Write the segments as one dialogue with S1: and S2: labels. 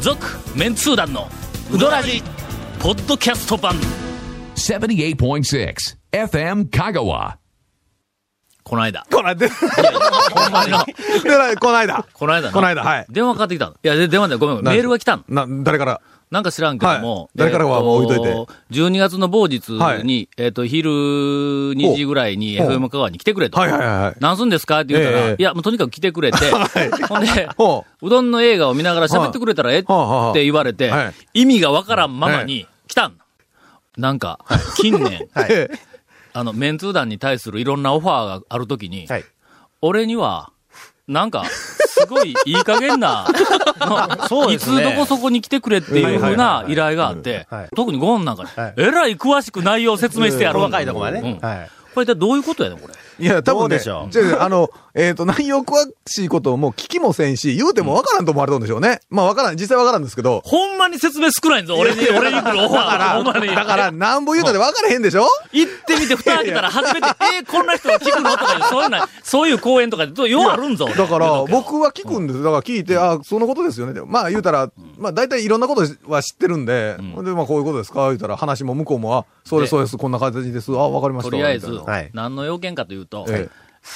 S1: 続メンツー団のウドラジポッドキャスト版
S2: 78.6 FM Kagawa.
S1: この間
S3: こないだ。
S1: ほんまにな
S3: こないだ。
S1: この間な
S3: この間はい
S1: 電話かかってきたのいやで電話でごめんごめん
S3: 何
S1: メールが来たの
S3: な、誰から
S1: なんか知らんけども、
S3: はい誰からはもう置いといて
S1: 12月の某日に、
S3: はい
S1: えっ、と、昼2時ぐらいに
S3: お
S1: FM 香川に来てくれと。
S3: はいはいはいはい
S1: 何すんですかって言ったら、
S3: ええ
S1: いや、もうとにかく来て くれて、ほんで
S3: ほ、
S1: うどんの映画を見ながら喋ってくれたらええっ
S3: はあはあ
S1: て言われて、
S3: はい
S1: 意味がわからんままに来たん。なんか、近 年、
S3: はい。
S1: あの、メンツー団に対するいろんなオファーがあるときに、
S4: はい
S1: 俺には、なんか、すごいいい加減な、な
S4: そう
S1: い
S4: ですね
S1: つどこそこに来てくれっていうふうな依頼があって
S4: はいはいはいはい、
S1: 特にゴーンなんかに
S4: はい、
S1: えらい詳しく内容を説明してやる
S4: 細かいとこまで
S1: うん
S4: ね。
S1: こ
S4: はい。
S1: れ一体どういうことやねん、これ。
S3: いや、多
S4: どう
S3: 分ね、
S4: でしょう
S3: 違う違うあの、えっ、と、内容詳しいことをもう聞きもせんし、言うてもわからんと思われたんでしょうね。まあわからん、実際わからんですけど。
S1: ほんまに説明少ないんぞ、俺に、俺に来るオファーが。ほんまに。
S3: だから、なんぼ言うたでわからへんでしょ
S1: 行ってみて、蓋開けたら初めて、えー、こんな人が聞くのとかいう、そういうな、そういう公演とかで、ようあるんぞ。俺
S3: だから、
S1: 言うとくけど
S3: 僕は聞くんです。だから聞いて、あそのことですよね。でもまあ言うたら、まあ大体いろんなことは知ってるんで、ほんで、まあこういうことですか言うたら、話も向こうも、あ、そうで、
S1: です
S3: そうです、こんな形です。あ、わかりました。
S1: とりあえず
S3: みたいな、
S4: はい
S1: 何の要件かというと、
S3: え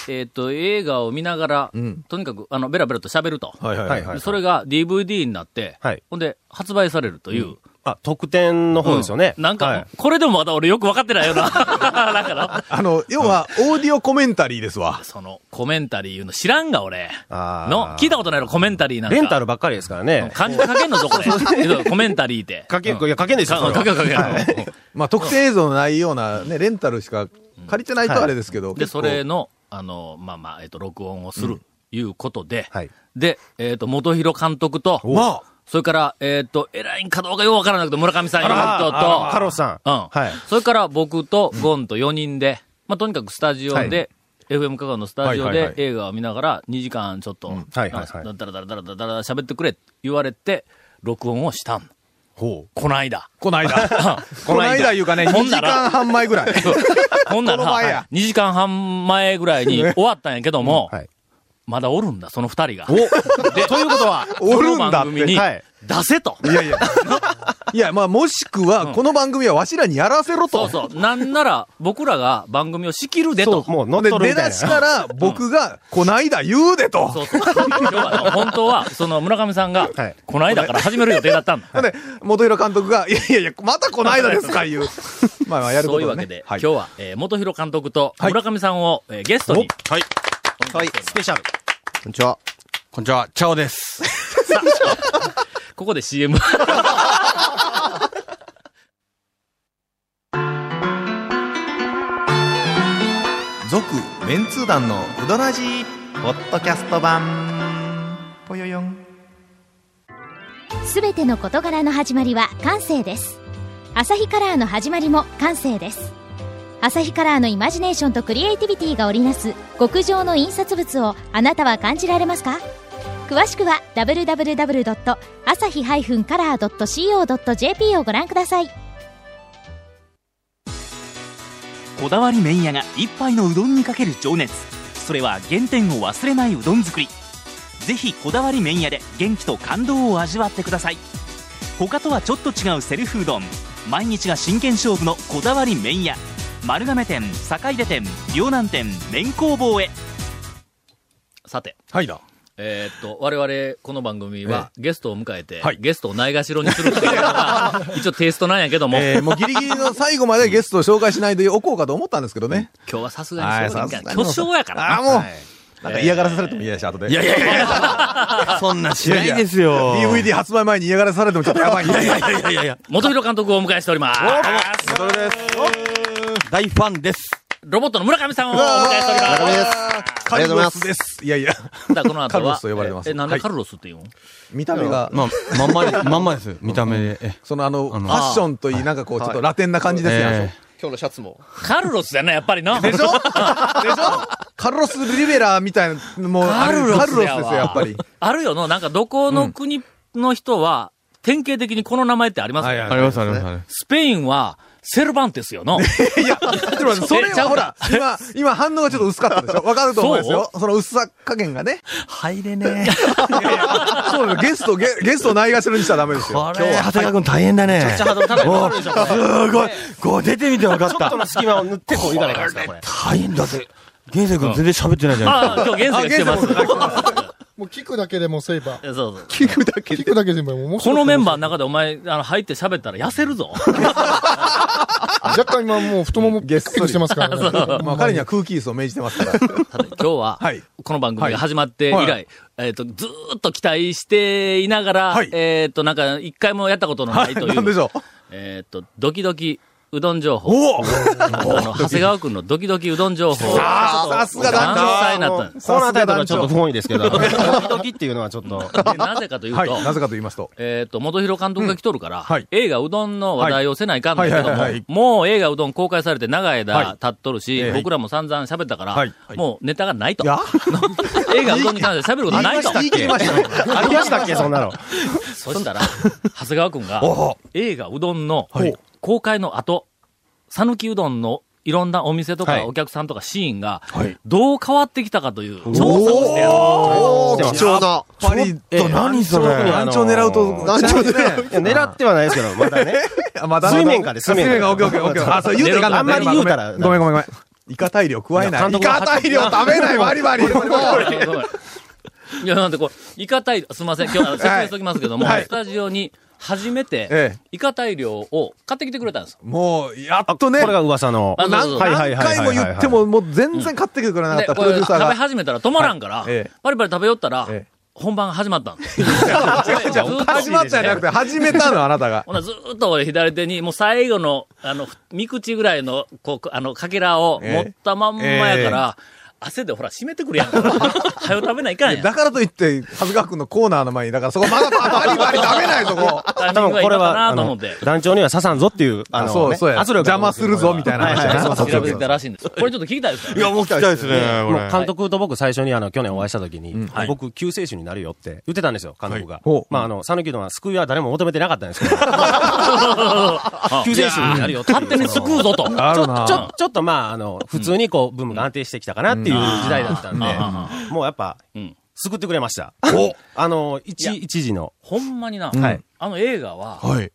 S1: えっ、と、映画を見ながら、とにかく、あの、ベラベラと喋ると。
S3: はいはい
S4: は
S3: はいい。
S4: はい。
S1: それが DVD になって、
S4: はい
S1: ほんで、発売されるという。
S4: あ、特典の方ですよね。
S1: うんなんか、
S4: はい
S1: これでもまだ俺よく分かってないよ な。だから、
S3: あの、要は、オーディオコメンタリーですわ。
S1: その、コメンタリーいうの知らんが、俺。
S4: あー
S1: の、聞いたことないの、コメンタリーなんか。
S4: レンタルばっかりですからね。
S1: 漢字で書けんのぞ、これ。コメンタリーって。
S4: かけ、
S1: うん
S4: いや、かけんでしょ。
S1: か
S4: それは
S1: かけるかける。うん
S3: まあ、特定映像のないような、ね、レンタルしか借りてないと
S4: はい
S3: あれですけど。
S1: で、
S3: 結構
S1: それ、の、あの、まあまあ、えっ、と、録音をする、いうことで、
S4: はい
S1: で、えっ、と、元広監督と、
S3: まあ、
S1: それから、えっ、と、偉いんかどうかようわからなくて、村上さんいう人と、
S4: あカロスさん。
S1: うん。
S4: はい。
S1: それから僕とゴンと4人で、まあ、とにかくスタジオで、FM 香川のスタジオ
S3: はいはい
S1: で
S3: はい
S1: 映画を見ながら2時間ちょっと、
S4: はいはいはい
S1: なんかだらだらだらだらだら喋ってくれって言われて、録音をしたん。
S4: ほ
S1: こないだ。
S3: この 間。この間いうかね、
S1: ほ
S3: 2
S1: ん
S3: 時
S1: なら
S3: 間半前 ぐらい。
S1: ほんなら、
S3: この前や
S1: 2時間半前ぐらいに終わったんやけども、
S4: う。はい。
S1: まだおるんだ、その2人が。
S4: おということは、
S3: おるんだ
S1: この
S3: って
S1: 番組に、
S4: はい
S1: 出せと。
S3: いやいや。いや、まあ、もしくは、この番組はわしらにやらせろ
S1: そ
S3: と。
S1: うそう。なんなら、僕らが番組を仕切るでと。
S4: もう乗っ
S3: で、
S4: 取
S3: 出
S4: るみたい
S3: だしか
S4: な。
S3: ら、僕が、こないだ言うでと。
S1: そうそう。今日は本当は、その村上さんが
S4: はい、
S1: この間から始める予定だったん だ。
S3: ほんで、元弘監督が、いやいやいや、またこないだですか、いう。 まあまあ、やる
S1: そ
S3: こ
S1: ういう
S3: と
S1: わ
S3: は
S1: け
S3: ね
S1: で、
S3: はい
S1: 今日は、えー、元広監督と
S3: はい
S1: 村上さんを、えーゲストに、
S4: はい。
S1: はい
S4: スペシャル。
S5: こんにちは。こんにちは。チャオです。
S1: ここで CM。
S6: 続メンツー団のウドラジーポッドキャスト版ぽよよん
S7: すべての事柄の始まりは感性ですアサヒカラーの始まりも感性ですアサヒカラーのイマジネーションとクリエイティビティが織りなす極上の印刷物をあなたは感じられますか詳しくは www.asahi-color.co.jp をご覧ください
S8: こだわり麺屋が一杯のうどんにかける情熱それは原点を忘れないうどん作りぜひこだわり麺屋で元気と感動を味わってください他とはちょっと違うセルフうどん毎日が真剣勝負のこだわり麺屋丸亀店坂出店両南店麺工房へ
S1: さて、
S3: はいだ。
S1: えーっと、我々、この番組は、ゲストを迎えて、
S3: はい
S1: ゲストをないがしろにするというの が、一応テイストなんやけども、
S3: えーもうギリギリの最後までゲストを紹介しないでおこうかと思ったんですけどね。
S1: 今日はさすがにそう
S3: はい
S1: かん
S3: いさすが
S1: 巨
S3: に
S1: 匠やから
S3: ああ、
S1: な。
S3: もう、なんか嫌がらせされても嫌やし、後で。いやいやいや、
S5: そんなしないい
S3: や
S5: ですよ。
S3: DVD 発売前に嫌がらせされてもちょっとやばい。いやいやいやいやいや。
S1: 元広監督をお迎えしております。
S3: それです。
S5: 大ファンです。
S1: ロボットの村上さんをお迎えしております。
S3: カ
S5: ありが
S3: ルロ
S5: とうございま
S3: ス
S5: す
S3: です。いやいや。
S1: だからこの後は、
S3: カルロスと呼ばれてます
S1: え、なんで
S3: はい
S1: カルロスって言うん
S3: 見た目が、
S5: まあ、まんまで、まんまです。見た目で。え
S3: そのあの、フ
S5: あ
S3: ァ
S5: の
S3: ッションといい、なんかこう、ちょっとラテンな感じですやん。
S5: え
S6: 今日のシャツも
S1: カルロスだな、やっぱりな。
S3: でしょでしょカルロス・リベラみたいな、もう、あ
S1: カ
S3: れ
S1: ルロス
S3: カルロスです
S1: や
S3: よ、
S1: わ
S3: やっぱり。
S1: あるよの、なんかどこの国の人は、典型的にこの名前ってありますよ
S3: はいはい
S5: あります、あります、あります。
S1: スペインは、セルバンテスよの。
S3: いや、でもそれ
S1: ちゃ
S3: は
S1: う
S3: ほら、今、今反応がちょっと薄かったでしょわかると思いますよ。その薄さ加減がね。
S6: 入れ ねえ。
S3: そうですゲスト、ゲゲストをないがしろにしたらダメですよ。
S6: 今日は長谷川君大変だね。
S5: おーすごい。こう出てみて分かっ
S4: ちょっとの
S5: た。
S4: 隙間を塗ってこういかないからですか、これ。
S5: 大変だぜ。源生君全然喋ってないじゃない
S1: ああ、今日現世が来てます。
S9: もう聞くだけでもセ イバー。
S1: そうそう。
S3: 聞くだけ
S9: 聞
S3: で。
S9: くだけでも面白
S1: こ
S9: い
S1: のメンバーの中でお前、あの、入って喋ったら痩せるぞ。
S9: 若干今もう太もも
S3: げ
S9: ゲ
S3: っ
S9: ッ
S3: そ
S9: ク
S3: り
S9: リしてますからね。
S3: まあ彼には空気椅子を命じてますか
S1: た
S3: ら。
S1: だ今日は
S3: はい、
S1: この番組が始まって以来、
S3: は
S1: えっ、と、ずーっと期待していながら、
S3: はい
S1: えっ、と、なんか、一回もやったことのないという、
S3: なんでしょう。
S1: えっ、と、ドキドキうどん情報。
S3: おお
S1: あの、長谷川くんのドキドキうどん情報。
S3: さすが団長。
S1: 満載になったんで
S4: この辺りとか
S3: 団
S4: ちょっと
S3: 長
S4: 不本意ですけど、ド キドキっていうのはちょっと。
S1: すでなぜかというと、
S3: はい、なぜかと言いますと。
S1: えっ、と、元広監督が来とるから、
S3: はい
S1: 映画うどんの話題をせないかんだけども、
S3: はいはいはいはい
S1: もう映画うどん公開されて長い
S3: は
S1: 間
S3: い
S1: 経っとるし、
S3: ええ
S1: 僕らも散々喋ったから、
S3: はい
S1: もうネタがないと。
S3: いや
S1: 映画うどんに関して喋ることないと。
S3: 言い切りましたね。
S4: ありましたっけ、そんなの。
S1: そしたら、長谷川くんが、映画うどんの
S3: はい
S1: 公開の後、讃岐うどんのいろんなお店と
S4: はい
S1: かお客さんとかシーンが
S3: い、
S1: どう変わってきたかという調査をしてやる。
S3: おお
S4: ー
S3: 貴重な。やっぱり、
S4: え何それ
S3: 団長狙うと、
S4: 団
S3: 長狙
S4: 狙ってはないですけど、まだね。
S3: う。 まだ
S4: 水面下で
S3: 水
S4: 水
S3: 面
S4: 面
S3: 下。
S4: 下
S3: 水面下、オッケーオッケーオッケー。あ、そう言うといかんの
S4: あんまり言うたら
S3: ごめんごめんごめんごめん。イカ大量加えない。
S4: いや監
S3: イ
S4: 督が
S3: カ大量食べない、バリバリ。
S1: いや、なんでこう、イカ大量、すみません、今日あの説明しておきますけども、
S3: はい
S1: スタジオに初めて、
S3: ええ。
S1: イカ大量を買ってきてくれたんです。
S3: もう、やっとね
S4: これ、が噂の。
S1: あそうそうそう
S3: 何
S4: はいはい
S3: 何
S4: はいはい
S3: 回も言っても、もう全然買ってきてくれなかっ
S1: で、
S3: た、プ
S1: こ
S3: ロ
S1: れ
S3: デュー
S1: 食
S3: サー
S1: べ
S3: が。
S1: 始めたら止まらんから
S3: はいええ、
S1: バリバリ食べよったら
S3: ええ、
S1: 本番が始まったんです。ずーっと
S3: 始まったんじゃなくて、始めたの、あなたが。
S1: ほな、ずーっと俺左手に、もう最後の、あの、ふ三口ぐらいの、こう、あの、かけらを持ったまんまやから、汗でほら、締めてくるやんか。はよ食べないかんやん。
S3: だからといって、長谷川君のコーナーの前に、だからそこまだバリバリ食べないとこ。
S1: タイミ
S4: 多
S1: ングがい
S4: 分
S1: い
S4: これ
S1: のか
S4: は、
S1: な
S4: あ
S1: と思
S4: の
S1: って。
S4: 団長には刺さんぞっていう、あ
S3: あ、
S4: の、
S3: そう、
S4: ね
S3: そうや。
S4: 圧力が
S3: 邪魔するぞ、みたいな話やな
S4: はいはい
S3: そうそう
S1: 調
S3: そう
S1: べてたらしいんです。これちょっと聞き たいですよね。
S5: や、もう来たいですね
S4: もう監督と僕最初にあの、去年お会いした時に、僕、救世主になるよって言ってたんですよ、監督が。
S3: ほう
S4: まあ、あの、讃岐うどんは救いは誰も求めてなかったんですけど、救世主になるよっていう
S1: 勝手に救うぞと。
S3: あ
S4: ち
S3: る
S4: ょ
S3: な
S4: ちょちょっとまあ、あの、普通にこう、ブームが安定してきたかなっていう時代だったんで、もうやっぱ
S1: うん、
S4: 救ってくれました。あの、一、一時の。
S1: ほんまにな、
S4: はい
S1: あの映画は、
S3: はい。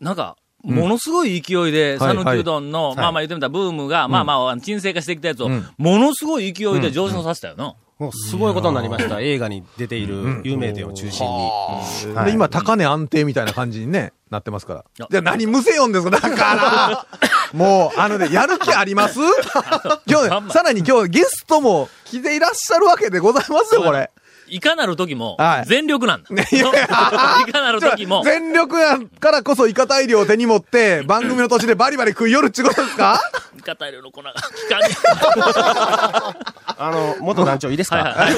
S1: なんか、ものすごい勢いで、
S3: はい
S1: 讃岐うどんの、まあまあ言ってみたらブームが、まあまあ、沈静化してきたやつを、ものすごい勢いで上昇させたよな。
S4: もうすごいことになりました。映画に出ている有名店を中心に。は
S3: で、
S4: い
S3: 今、高値安定みたいな感じにね、なってますか
S1: や
S3: ら。じゃあ何むせよんですかだ から、もう、あのね、やる気あります 今日ね、さらに今日ゲストも来ていらっしゃるわけでございますよ、これ。
S1: いかなる時も
S3: は、い
S1: 全力なんだ。
S3: いやいや
S1: いかなる時も、
S3: 全力やからこそイカ大量を手に持って、番組の途中でバリバリ食い寄るっちゅうことですか
S1: 味方への粉が効かねえ。
S4: あの、元団長いいですか、
S1: は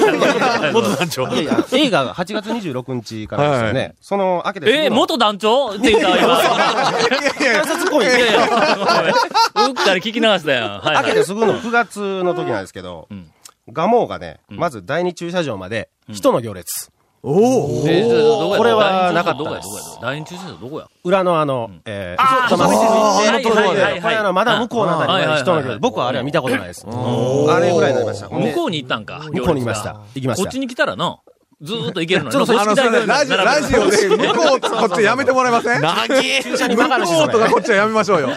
S1: い元団長
S4: いやいや、映画が8月26日からですよね。その、明けてすぐの。
S1: えー、元団長って言ったわ、今。
S3: いやいや
S4: 警察公
S1: い
S4: 演。
S1: やいや、うっかり聞き流したやん。はい、
S4: 明
S1: は
S4: け
S1: い。
S4: てすぐの9月の時なんですけど
S1: ん、
S4: ガモがね、まず第二駐車場まで、人の行列。
S3: おお
S1: えーどこや
S4: これはなかった
S1: どこやどこや第二駐車場どこや
S4: 裏のあの、えー、
S1: あー
S4: ちょっと間口
S1: そう
S4: に行って
S1: はいはいはいはい
S4: 小屋のまだ向こうのあたりまで人
S1: は
S4: の
S1: いはいはい
S4: 行列。僕はあれは見たことないです。あれぐらいになりました。
S1: 向こ
S4: う
S1: うに行ったんか。
S4: 向こうにいました
S1: 行列が。
S4: 行きました
S1: こっちに来たらな、ずーっと行けるのに。
S4: ちょっと
S1: 組
S3: あの、
S1: 織
S3: そ
S1: 大
S3: れ
S1: 会
S3: ラジオ、ラジオで、 向こうとこっちやめてもらえません向こ
S4: 駐車にバカなし
S3: うとかこっちはやめましょうよ。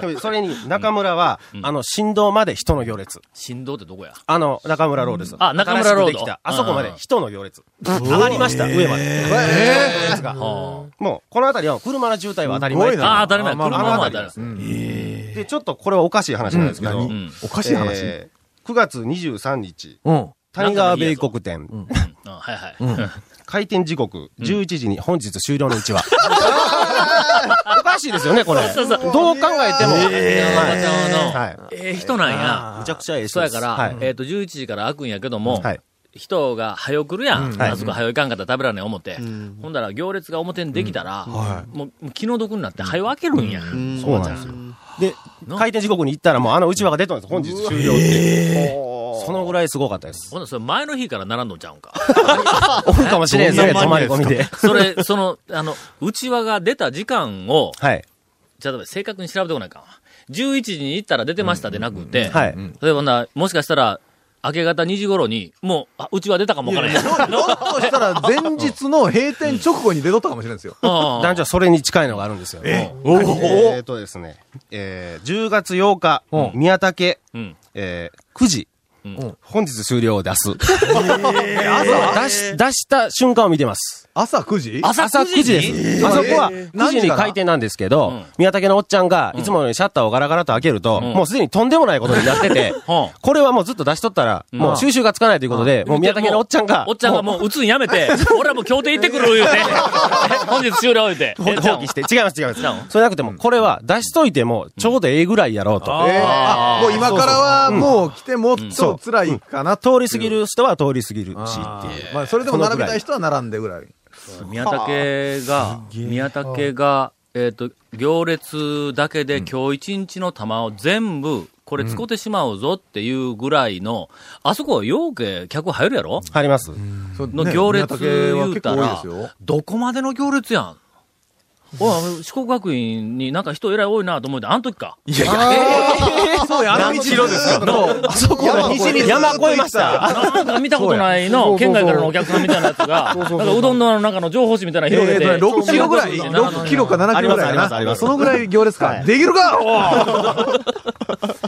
S4: それそれに、中村は、あの、振動まで人の行列。
S1: 振動ってどこや
S4: あの、中村ロードです。
S1: あ中村ロード
S4: 新しくできたあそこまで人の行列。上がりました、上まで。
S3: え
S4: ですがもう、この辺りは車の渋滞は当たり
S3: すご
S4: 前
S3: い。な
S1: ああ、当たり前。
S3: まあま
S1: 車
S3: あ
S1: は当たり前。
S4: で、ちょっとこれはおかしい話なんですけど、
S1: ん
S3: おかしい話。
S4: えー9月23日、
S3: うん。
S4: 谷川米国店、
S1: うんはいはい。
S4: 開店時刻11時に本日終了のうちは。おかしいですよね、これ。どう考えても。
S1: 山ちゃんはの
S4: はい。
S1: ええ人なんや。
S4: めちゃくちゃええ
S1: そ
S4: 人
S1: う
S4: で
S1: や
S4: す
S1: から、えっと、11時から開くんやけども
S4: はい、
S1: 人が早来るやん。
S4: はい
S1: あそこ早いかんかったら食べられない思って。ほんだら行列が表にできたら、もうもう気の毒になって早開けるんや。
S4: そうなんですよ。で、開店時刻に行ったらもうあのうちわが出たんです、本日終了って。そのぐらいすごかったです。
S1: ほんならそれ前の日から並んどんちゃうんか。
S4: おるかもしれんですね、泊まり込みで。
S1: それ、その、あの、内輪が出た時間を、
S4: はい。
S1: ちょっと待って正確に調べてこないかんわ。11時に行ったら出てましたでなくて、
S4: はい。
S1: 例えばな、もしかしたら、明け方2時頃に、もう、あ、うちは出たかもわからへん。
S3: そしたら、前日の閉店直後に出とったかもしれないですよ。
S1: ああ
S4: 男女はそれに近いのがあるんですよ。ええーとですね、えー、10月8日、宮武、
S1: うん。
S4: えー、9時、
S3: ん
S4: 本日終了を 出す。朝出し、出した瞬間を見てます。
S3: 朝9時
S1: 朝9時に
S4: です。あそこは9時に開店なんですけど、
S1: ん
S4: 宮武のおっちゃんが、いつものようにシャッターをガラガラと開けると、
S1: ん
S4: もうすでにとんでもないことになってて、
S1: はあ
S4: これはもうずっと出しとったら、もう収集がつかないということで、もう宮武のおっちゃんが、
S1: おっちゃんがもう、打つんやめ て、俺はもう協定行ってくる言うて、 本日終了言うて。
S4: ほ放棄して、違います違います。それなくても、これは出しといても、ちょうどええぐらいやろうと。
S3: えーあ、もう今からはもう来てもっと辛いかなと。
S4: 通り過ぎる人は通り過ぎるし
S3: あ
S4: っていう。
S3: ーまあ、それでも並びたい人は並んでぐらい。
S1: 宮武が、宮武が、えっ、と、行列だけで今日一日の玉を全部、これ使ってしまうぞっていうぐらいの、あそこはようけ客入るやろ
S4: 入ります。
S3: そう
S1: の
S3: ね
S1: 行列
S3: 宮武は
S1: 言う
S3: 結
S1: た
S3: 構多いで
S1: ら
S3: すよ。、
S1: どこまでの行列やん。おいあの四国学院になんか人えらい多いなと思って、あの時か。
S3: そうや、あの道です
S4: あそこ
S3: 山
S4: の
S3: 越え
S4: 山越えました。
S1: なんか見たことないの、県外からのお客さんみたいなやつが、なんかうどんの中の情報誌みたいなの広げて、
S3: えーとね6キロぐらい、6キロか7キロぐらい
S4: ありますありま
S3: か
S4: すありま
S3: な。
S4: す
S3: そのぐらい行列か。できるかおー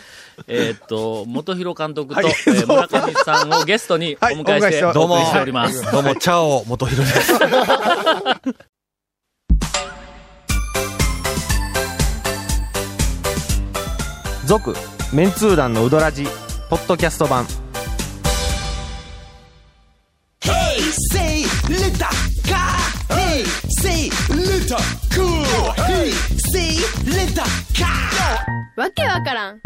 S1: えーっと、元広監督と、えー村上さんをゲストにお
S3: はい
S1: 迎えして、
S3: お迎えして
S1: お送りしております。
S5: どうも、チャオ、元広です。
S4: 続、メンツー団のうどらじ、ポッドキャスト版。
S10: わけわからん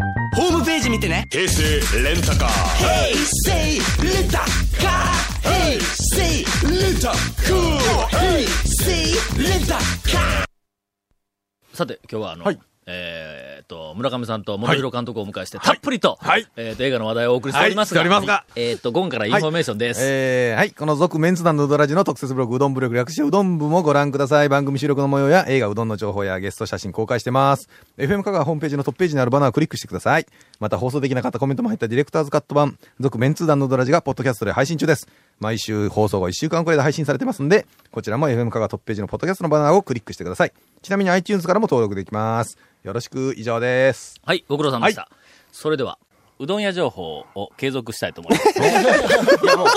S1: さて、今日はあの、えーっと、村上さんと元広監督をお迎えして、たっぷりと、えーっと、映画の話題をお送りしておりますが、
S3: はいしておりますが
S1: えーっと、ゴンからインフォメーションです。
S3: えーはい。この続メンツ団のうどらじの特設ブログ、うどんブログ略してうどん部もご覧ください。番組収録の模様や映画うどんの情報やゲスト写真公開してます。FM 香川ホームページのトップページにあるバナーをクリックしてください。また放送できなかったコメントも入ったディレクターズカット版、続メンツ団のうどらじがポッドキャストで配信中です。毎週放送後1週間くらいで配信されてますんで、こちらも FM 香川トップページのポッドキャストのバナーをクリックしてください。ちなみに iTunes からも登録できます。よろしく、以上です。
S1: はい、ご苦労様でした。それでは、うどん屋情報を継続したいと思い ます。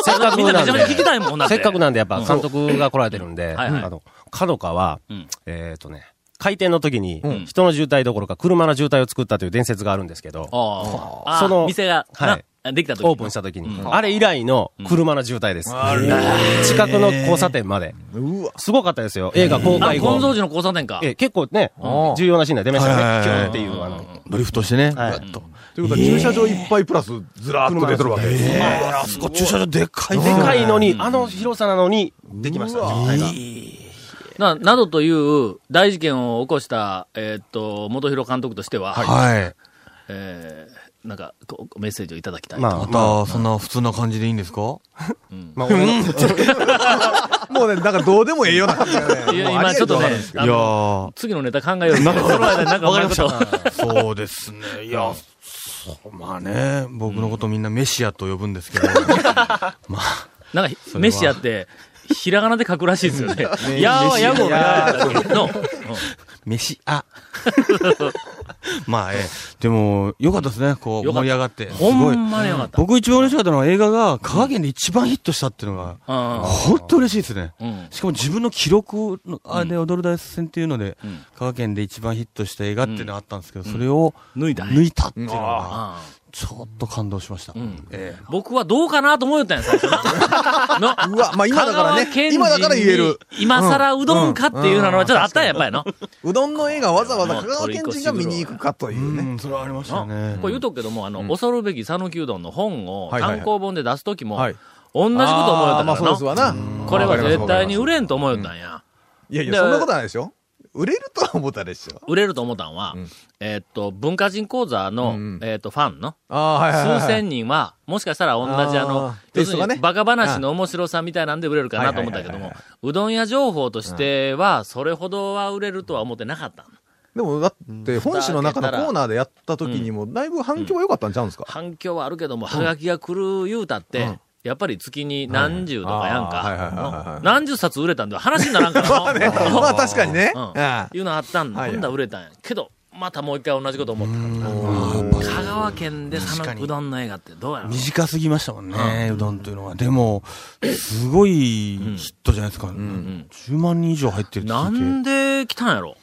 S4: せっかく
S1: みんな
S4: な
S1: めちゃめちゃ聞き
S4: ん
S1: たいもんな
S4: で、せっかく
S1: な
S4: なんでやっぱ監督が来られてるんで、
S1: はいはい
S4: あの、角川は
S1: うん、
S4: えっとね、開店の時に、人の渋滞どころか車の渋滞を作ったという伝説があるんですけど、
S1: ああ、
S4: その
S1: 店が、な
S4: はい
S1: できた時
S4: オープンした時に、あれ以来の車の渋滞です。近くの交差点まで。すごかったですよ。映画公
S1: あ、
S4: 開
S1: 金蔵
S4: 後。
S1: 寺の交差点か。
S4: ええ結構ね、重要なシーンが出ましたね。キュンっていう、あの、
S5: ドリフトしてね。
S4: はい
S5: ぐっと
S3: ということは、駐車場いっぱいプラス、ずらーっと出てるわけです。
S5: ああそこ駐車場でっかい
S4: でかいのに、あの広さなのに、できました、渋滞
S1: な、
S4: が
S1: などという大事件を起こした、えーっと、元広監督としては、
S5: はい。
S1: えーなんか、こメッセージをいただきたい。
S4: ま
S5: ま
S4: あ、
S5: た、そんな普通な感じでいいんですか
S4: まあ、俺の
S3: もうね、なんかどうでもええような感じがね。
S1: いや今ちょっとね、
S5: い
S1: あ
S5: や
S1: の
S5: ー、
S1: 次のネタ考えよう。その間になんかわかりました。
S5: そうです ね。いや、そうまあね、僕のことみんなメシアと呼ぶんですけど。
S1: なんか、メシアって、ひらがなで書くらしいです よね。やーはやごな。の、
S5: メシア。 まあ、ええ。でも、よかったですね。こう、
S1: よかっ
S5: 盛
S1: た
S5: り上がって。す
S1: ほ
S5: ごい。
S1: んまによかった。
S5: 僕一番嬉しかったのは映画が香川県で一番ヒットしたっていうのが、
S1: う
S5: 本当嬉しいですね。
S1: ん。うん。
S5: しかも自分の記録の、あ、で、踊る大作戦っていうので、
S1: ん
S5: 香川県で一番ヒットした映画っていうのがあったんですけど、それを
S1: 脱いだ。
S5: 抜いたっていうのが、
S1: あー
S5: ちょっと感動しました。
S1: ん
S5: ええ
S1: 僕はどうかなと思ったんや、最 初な。の
S3: うわ、まあ今だか
S1: 香
S3: ら
S1: 川県
S3: ね、
S1: 人に
S3: 今だから言える。
S1: 今更うどんかっていうのはちょっとあったんや、やっぱりの。
S3: うどんの映画わざわざ香川県人が見に行くかという
S5: う
S3: ね。
S5: ん、それはありましたね
S1: な。これ言うとくけども、あの、恐るべき讃岐うどんの本を
S3: はいはいはい
S1: 単行本で出すときも、
S3: は
S1: 同
S3: い
S1: じこと思うよ
S3: あ
S1: った
S3: ーまあ
S1: か
S3: そう
S1: ら
S3: です
S1: な。
S3: わな。
S1: これは絶対に売
S3: れ。
S1: れんと思うよったんや。
S3: いやいや、
S1: で
S3: そんなことないでしょ売れるとは思ったでしょ。
S1: 売れると思ったんは、えーっと、文化人講座の、
S3: うん
S1: えーっと、ファンの
S3: ああ、はいはいはい。
S1: 数千人は、もしかしたら同じあの
S3: あ
S1: 要す
S3: ー、
S1: る
S3: テイストが
S1: に
S3: ね
S1: バカ話の面白さみたいなんで売れるかなと思ったけど
S3: はいはいはい
S1: も
S3: は、
S1: うどん屋情報としては、それほどは売れるとは思ってなかったん。
S3: でもだって本誌の中のコーナーでやった時にもだいぶ反響は良かったんちゃうんですか、
S1: 反響はあるけども、はがきが来る言うたって、やっぱり月に何十とかやん
S3: はいはいはい
S1: か、何十冊売れたんで話にならん からな
S3: まあ確かにね
S1: うん
S3: ああ
S1: いうのあったんだ、
S3: はいはい
S1: 今度は売れたんやけど、またもう一回同じこと思ったから、香川県でそのうどんの映画ってどうやろう
S5: 短すぎましたもんね、うどんというのは。でも、すごいヒットじゃないですか。10万人以上入ってるって
S1: な
S5: 聞いて
S1: んで来たんやろ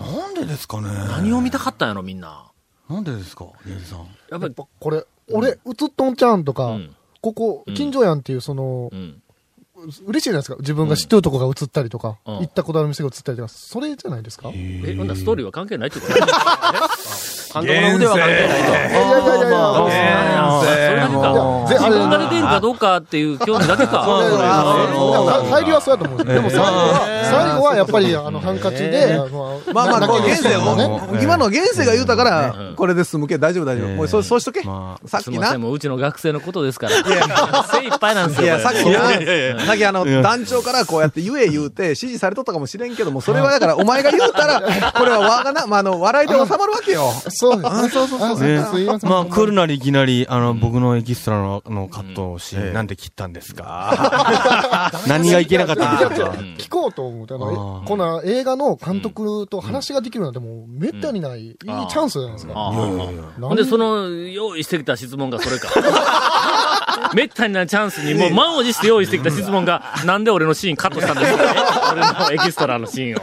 S5: なんでですかね
S1: 何を見たかったんやろみんな。
S5: なんでですか宮治さん。
S1: やっぱり、
S9: これ、俺、うつっとんちゃんとか、ここ、近所やんっていう、その、
S1: うん
S9: 嬉しいじゃないですか。自分が知ってるとこが映ったりとか、
S1: うん
S9: 行ったことある店が映ったりとか、それじゃないですか。い
S1: え、ほんならストーリーは関係ないってことえ
S4: 監督の腕は関係ないと。
S9: やいやいやいや、
S1: そうなんやそれだけか。
S9: ぜ
S1: 自分が出てるかどうかっていう興味だけか。
S9: さ入りはそうやと思うんですよでも最後は、最後はやっぱり、あの、ハンカチで、あの
S3: まあまあ、
S9: な
S3: こう、現世
S9: な
S3: を、
S9: んか
S3: ね、今の現世が言うたから、これで済むけ、大丈夫大丈夫。もう、そう、そうしとけ。さっ
S1: す
S3: き
S1: みませ
S3: な。
S1: ん、もううちの学生のことですから。精一杯なんですよ。
S3: いや、さっきな、さっきあの、
S5: いや
S3: 団長からこうやって言え言うて、指示されとったかもしれんけども、それはだから、お前が言うたら、これはわがな、ま あ、あの、笑いで収まるわけよ。
S9: そうですね。
S3: そうそうそう。
S5: ね
S9: すいません
S5: まあ、来るなりいきなり、あの、僕のエキストラのあのカットをし、なんで切ったんですか何がいけなかった んですか
S9: 聞こうと思って、あの、
S5: あー
S9: えこの映画の監督と話ができるなんてもう、めったにない、いいチャンスじゃないですか。
S1: ああ
S9: な
S1: ほんで、その、用意してきた質問がそれか。 めったになチャンスに、もう満を持して用意してきた質問が、なんで俺のシーンカットしたんですかね俺のエキストラのシーンを。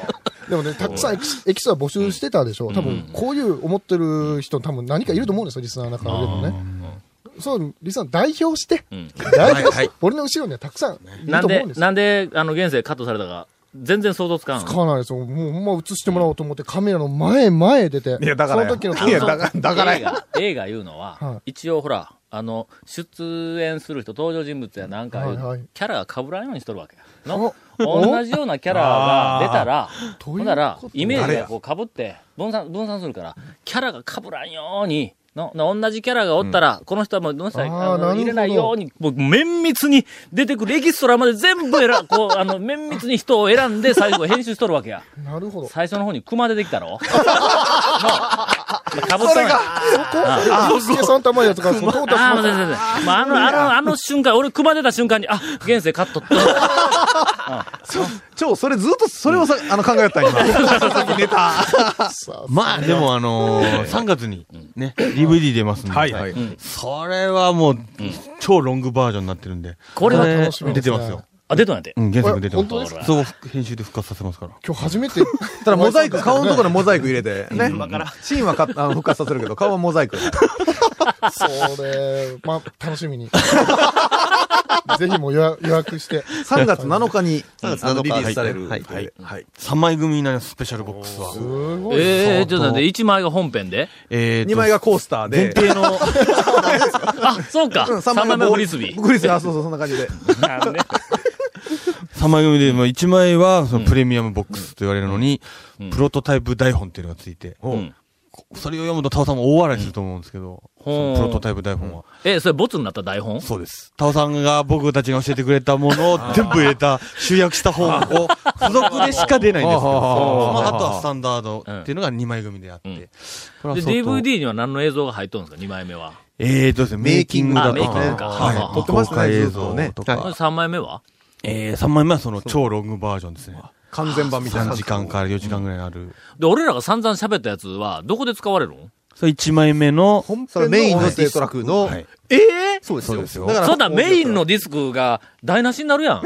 S9: でもね、たくさんエキスエキストラ募集してたでしょ。多分、こういう思ってる人、多分何かいると思うんですよ、リスナーの中でもね。そう、リスナー代表して、代表して、俺の後ろにはたくさんいる
S1: な
S9: と
S1: んで
S9: 思うん、ですよ。
S1: なんで、あの、現世カットされたか、全然想像つかん。
S9: 使わないですよ。もう、ほんま映してもらおうと思って、カメラの前へ前へ出て。
S3: いや、だから
S9: そ
S3: よ。
S9: の時の
S3: いや、だから、だから
S1: 映
S3: よ。
S1: 画、映画いうのは、
S9: は
S1: 一応ほら、あの、出演する人、登場人物やなんかいう、
S9: はいはい
S1: キャラが被らんようにしとるわけや。の
S9: お
S1: 同じようなキャラが出たら、
S9: と
S1: ほ
S9: いうん
S1: なら
S9: こ、と
S1: イメージがこう被って、分散、分散するから、キャラが被らんように、のの同じキャラがおったら、この人はもう、どの人は
S9: あー
S1: あ
S9: な
S1: の
S9: るほど
S1: 入れないように、もう綿密に出てくるエキストラまで全部選、 こう、あの、綿密に人を選んで最後編集しとるわけや。
S9: なるほど。
S1: 最初の方に熊出てき たろかぶったのよ
S9: あ、ユースケ・サンタマリアとか、そのトータス
S1: ああ、
S9: の
S1: もう先生、まあ、あの、あの、あの瞬間、俺、熊出た瞬間に、あ、現世カットって。
S3: 超、それずっと、それをさ、あの、考えよったん今。さっきネタ。
S5: まあ、でもあのー、3月にね、DVD 出ますんで。
S3: はい。
S5: それはもう、超ロングバージョンになってるんで。
S1: これは
S9: 楽しみです
S5: 出て
S9: ね
S5: ますよ。
S1: あ、出とんやて
S5: う。ん、原作出て
S9: あ本当
S5: ま
S9: ですす
S5: か。
S9: から
S5: そう、編集で復活させますから。
S9: 今日初めて。
S3: ただ、モザイク、顔のところにモザイク入れて、ね。シーンはか、 あの、復活させるけど、顔はモザイク。
S9: それ、まあ、楽しみに。ぜひもう予約予約して。
S3: 3月7日に、
S5: 月
S3: あの
S5: 7
S3: リ
S5: 日
S3: リースされる。
S5: はい
S3: はい。はい。
S5: 3枚組になります、スペシャルボックスは。
S9: すごい。
S1: ええちょっと待って、1枚が本編で。
S5: えーと
S3: 2枚がコースターで。
S5: 限定の、
S1: あ、そうか。
S3: うん
S1: 3枚目はフリスビー。
S3: フリスビー、あ、そうそう、そんな感じで。
S1: なんで
S5: 3枚組で、まあ、1枚はそのプレミアムボックスと言われるのに、プロトタイプ台本っていうのがついて、
S1: ん
S5: こそれを読むとタオさんも大笑いすると思うんですけど、そ
S1: ほう
S5: のプロトタイプ台本は。
S1: え、それ、ボツになった台本
S5: そうです。タオさんが僕たちが教えてくれたものを全部入れた、集約した本を、付属でしか出ないんですけど、そ
S3: ああ
S5: のあとはスタンダードっていうのが2枚組であって。
S1: うん
S5: これは
S1: で、
S5: 相当
S1: DVD には何の映像が入っとるんですか、2枚目は。
S5: えーとですね、メイキングだと
S1: あメイキングか
S5: は
S1: あ
S5: い。
S1: 撮
S3: ってますね
S5: 公開映
S3: ずっと
S5: 像
S3: ね
S5: とか。
S1: 3枚目は
S5: えー、3枚目はその超ロングバージョンですね。
S3: 完全版みたいな。
S5: 3時間から4時間ぐらいある。
S1: で、俺らが散々喋ったやつは、どこで使われるん
S5: それ1枚目の、
S3: 本編のメインのディストラクの。
S5: はい
S1: ええ
S3: そうです
S5: そうですよ
S3: だから、
S1: そうだ、メインのディスクが台無しになるやん。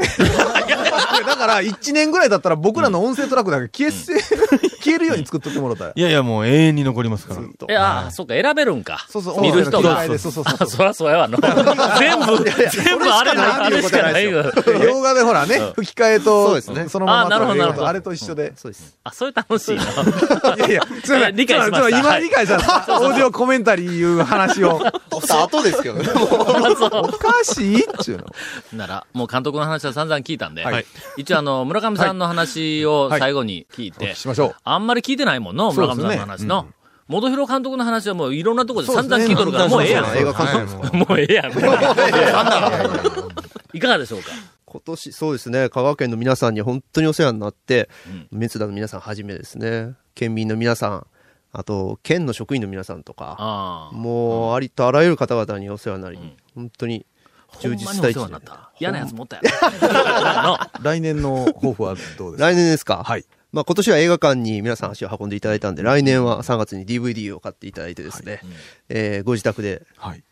S3: だから、1年ぐらいだったら僕らの音声トラックだけ消えせ、 消えるように作っとってもらったら。
S5: いやいや、もう永遠に残りますから。
S1: いや、あそうか、選べるんか。
S3: そうそう、
S1: 見る人が
S3: 音声の切り替えでそうそうそ
S1: あ
S3: うそう。
S1: そらそうやわの。全部、全部あれな、あれしかないよ。
S3: 洋画でほらね、吹き替えと、そのまま
S1: あなるほどなる
S3: と
S1: ほど
S3: あれと一緒で。
S1: あ、それ楽しいな。
S3: いやいや、すいません。
S1: 理解しました
S3: ちょっと今
S1: はい
S3: 理解したんです。オーディオコメンタリーいう話を。
S6: 後ですけどね。
S3: おかしいっちゅうの。
S1: なら、もう監督の話は散々聞いたんで、
S3: はい
S1: 一応あの、村上さんの話を最後に聞いて、
S3: はいしましょう
S1: あんまり聞いてないもんの、村上さんの
S3: そうで
S1: 話の。元広監督の話はもういろんなところで散々聞いとるから、もうええやん。
S6: 映画館
S1: もうええやん。いかがでしょうか
S11: 今年、そうですね、香川県の皆さんに本当にお世話になって、メンツダの皆さんはじめですね、
S4: 県民の皆さん、あと、県の職員の皆さんとか、もう、ありとあらゆる方々にお世話になり、本当に、充実した一
S1: ほんまにお世話にな
S4: 年
S1: っ
S4: で。
S1: た嫌なやつ持ったやろ
S4: 来年の抱負はどうですか来年ですかはい。まあ今年は映画館に皆さん足を運んでいただいたんで、来年は3月に DVD を買っていただいてですね、えーご自宅で、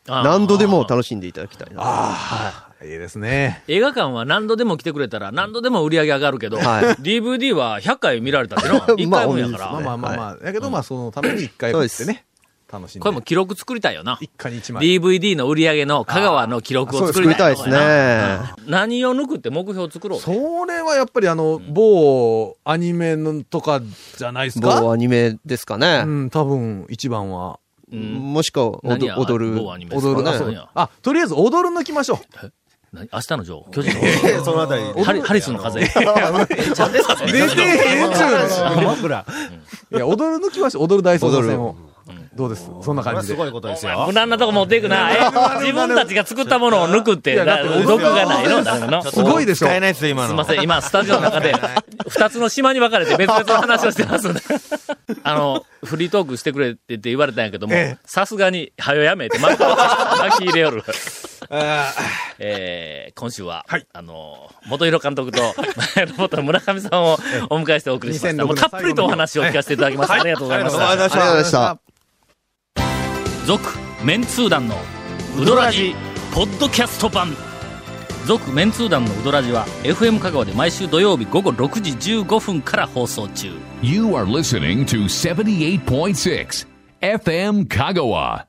S4: 何度でも楽しんでいただきたいな。はい。いいですね。
S1: 映画館は何度でも来てくれたら何度でも売り上げ上がるけど、
S4: はい
S1: DVD は100回見られたっての1回もやから。
S3: まあまあまあまあ、だけどまあそのために一回
S1: そう
S3: 買
S1: で
S3: っ
S1: す
S3: てね、楽しんで。
S1: これも記録作りたいよな。
S3: 枚
S1: DVD の売り上げの香川の記録を作りたい。
S3: そうです作りたいですね
S1: うん。何を抜くって目標作ろう。
S3: それはやっぱりあの、某アニメのとかじゃないですか
S4: 某アニメですかね。
S3: うん、多分一番は。
S4: もしくは踊る、踊る。
S3: 踊る、あそうあ、とりあえず踊る抜きましょう。
S1: 明日の情報、巨人
S3: え
S1: の。そのあたり。ハリハリスの風。
S3: 出てへんちゅうの
S5: 僕ら。
S3: いや、踊る抜きましょう。踊る大捜査線を。どうですそんな感じで。
S5: これはすごいことですよ
S1: お前無難なとこ持っていくな。え自分たちが作ったものを抜くって、
S5: いやだ
S1: な
S5: って
S1: 毒がないのなんかの
S5: すごいでしょ使えないですよ今の
S1: すいません、今、スタジオの 中で、二つの島に分かれて別々の話をしてますん で。あの、フリートークしてくれって言って言われたんやけども
S3: ええ、
S1: さすがに、はよやめって、巻き巻き入れ よる。えー今週は、あの、元弘監督と、元村上さんをお迎えしてお送りしました。もうたっぷりとお話を聞かせていただきました。
S4: はい
S1: ありがとうございまし
S4: あ
S1: た。
S4: りがとうございました。
S1: 続メンツー団のウドラジポッドキャスト版続メンツー団のウドラジは FM 香川で毎週土曜日午後6時15分から放送中
S2: You are listening to 78.6 FM Kagawa.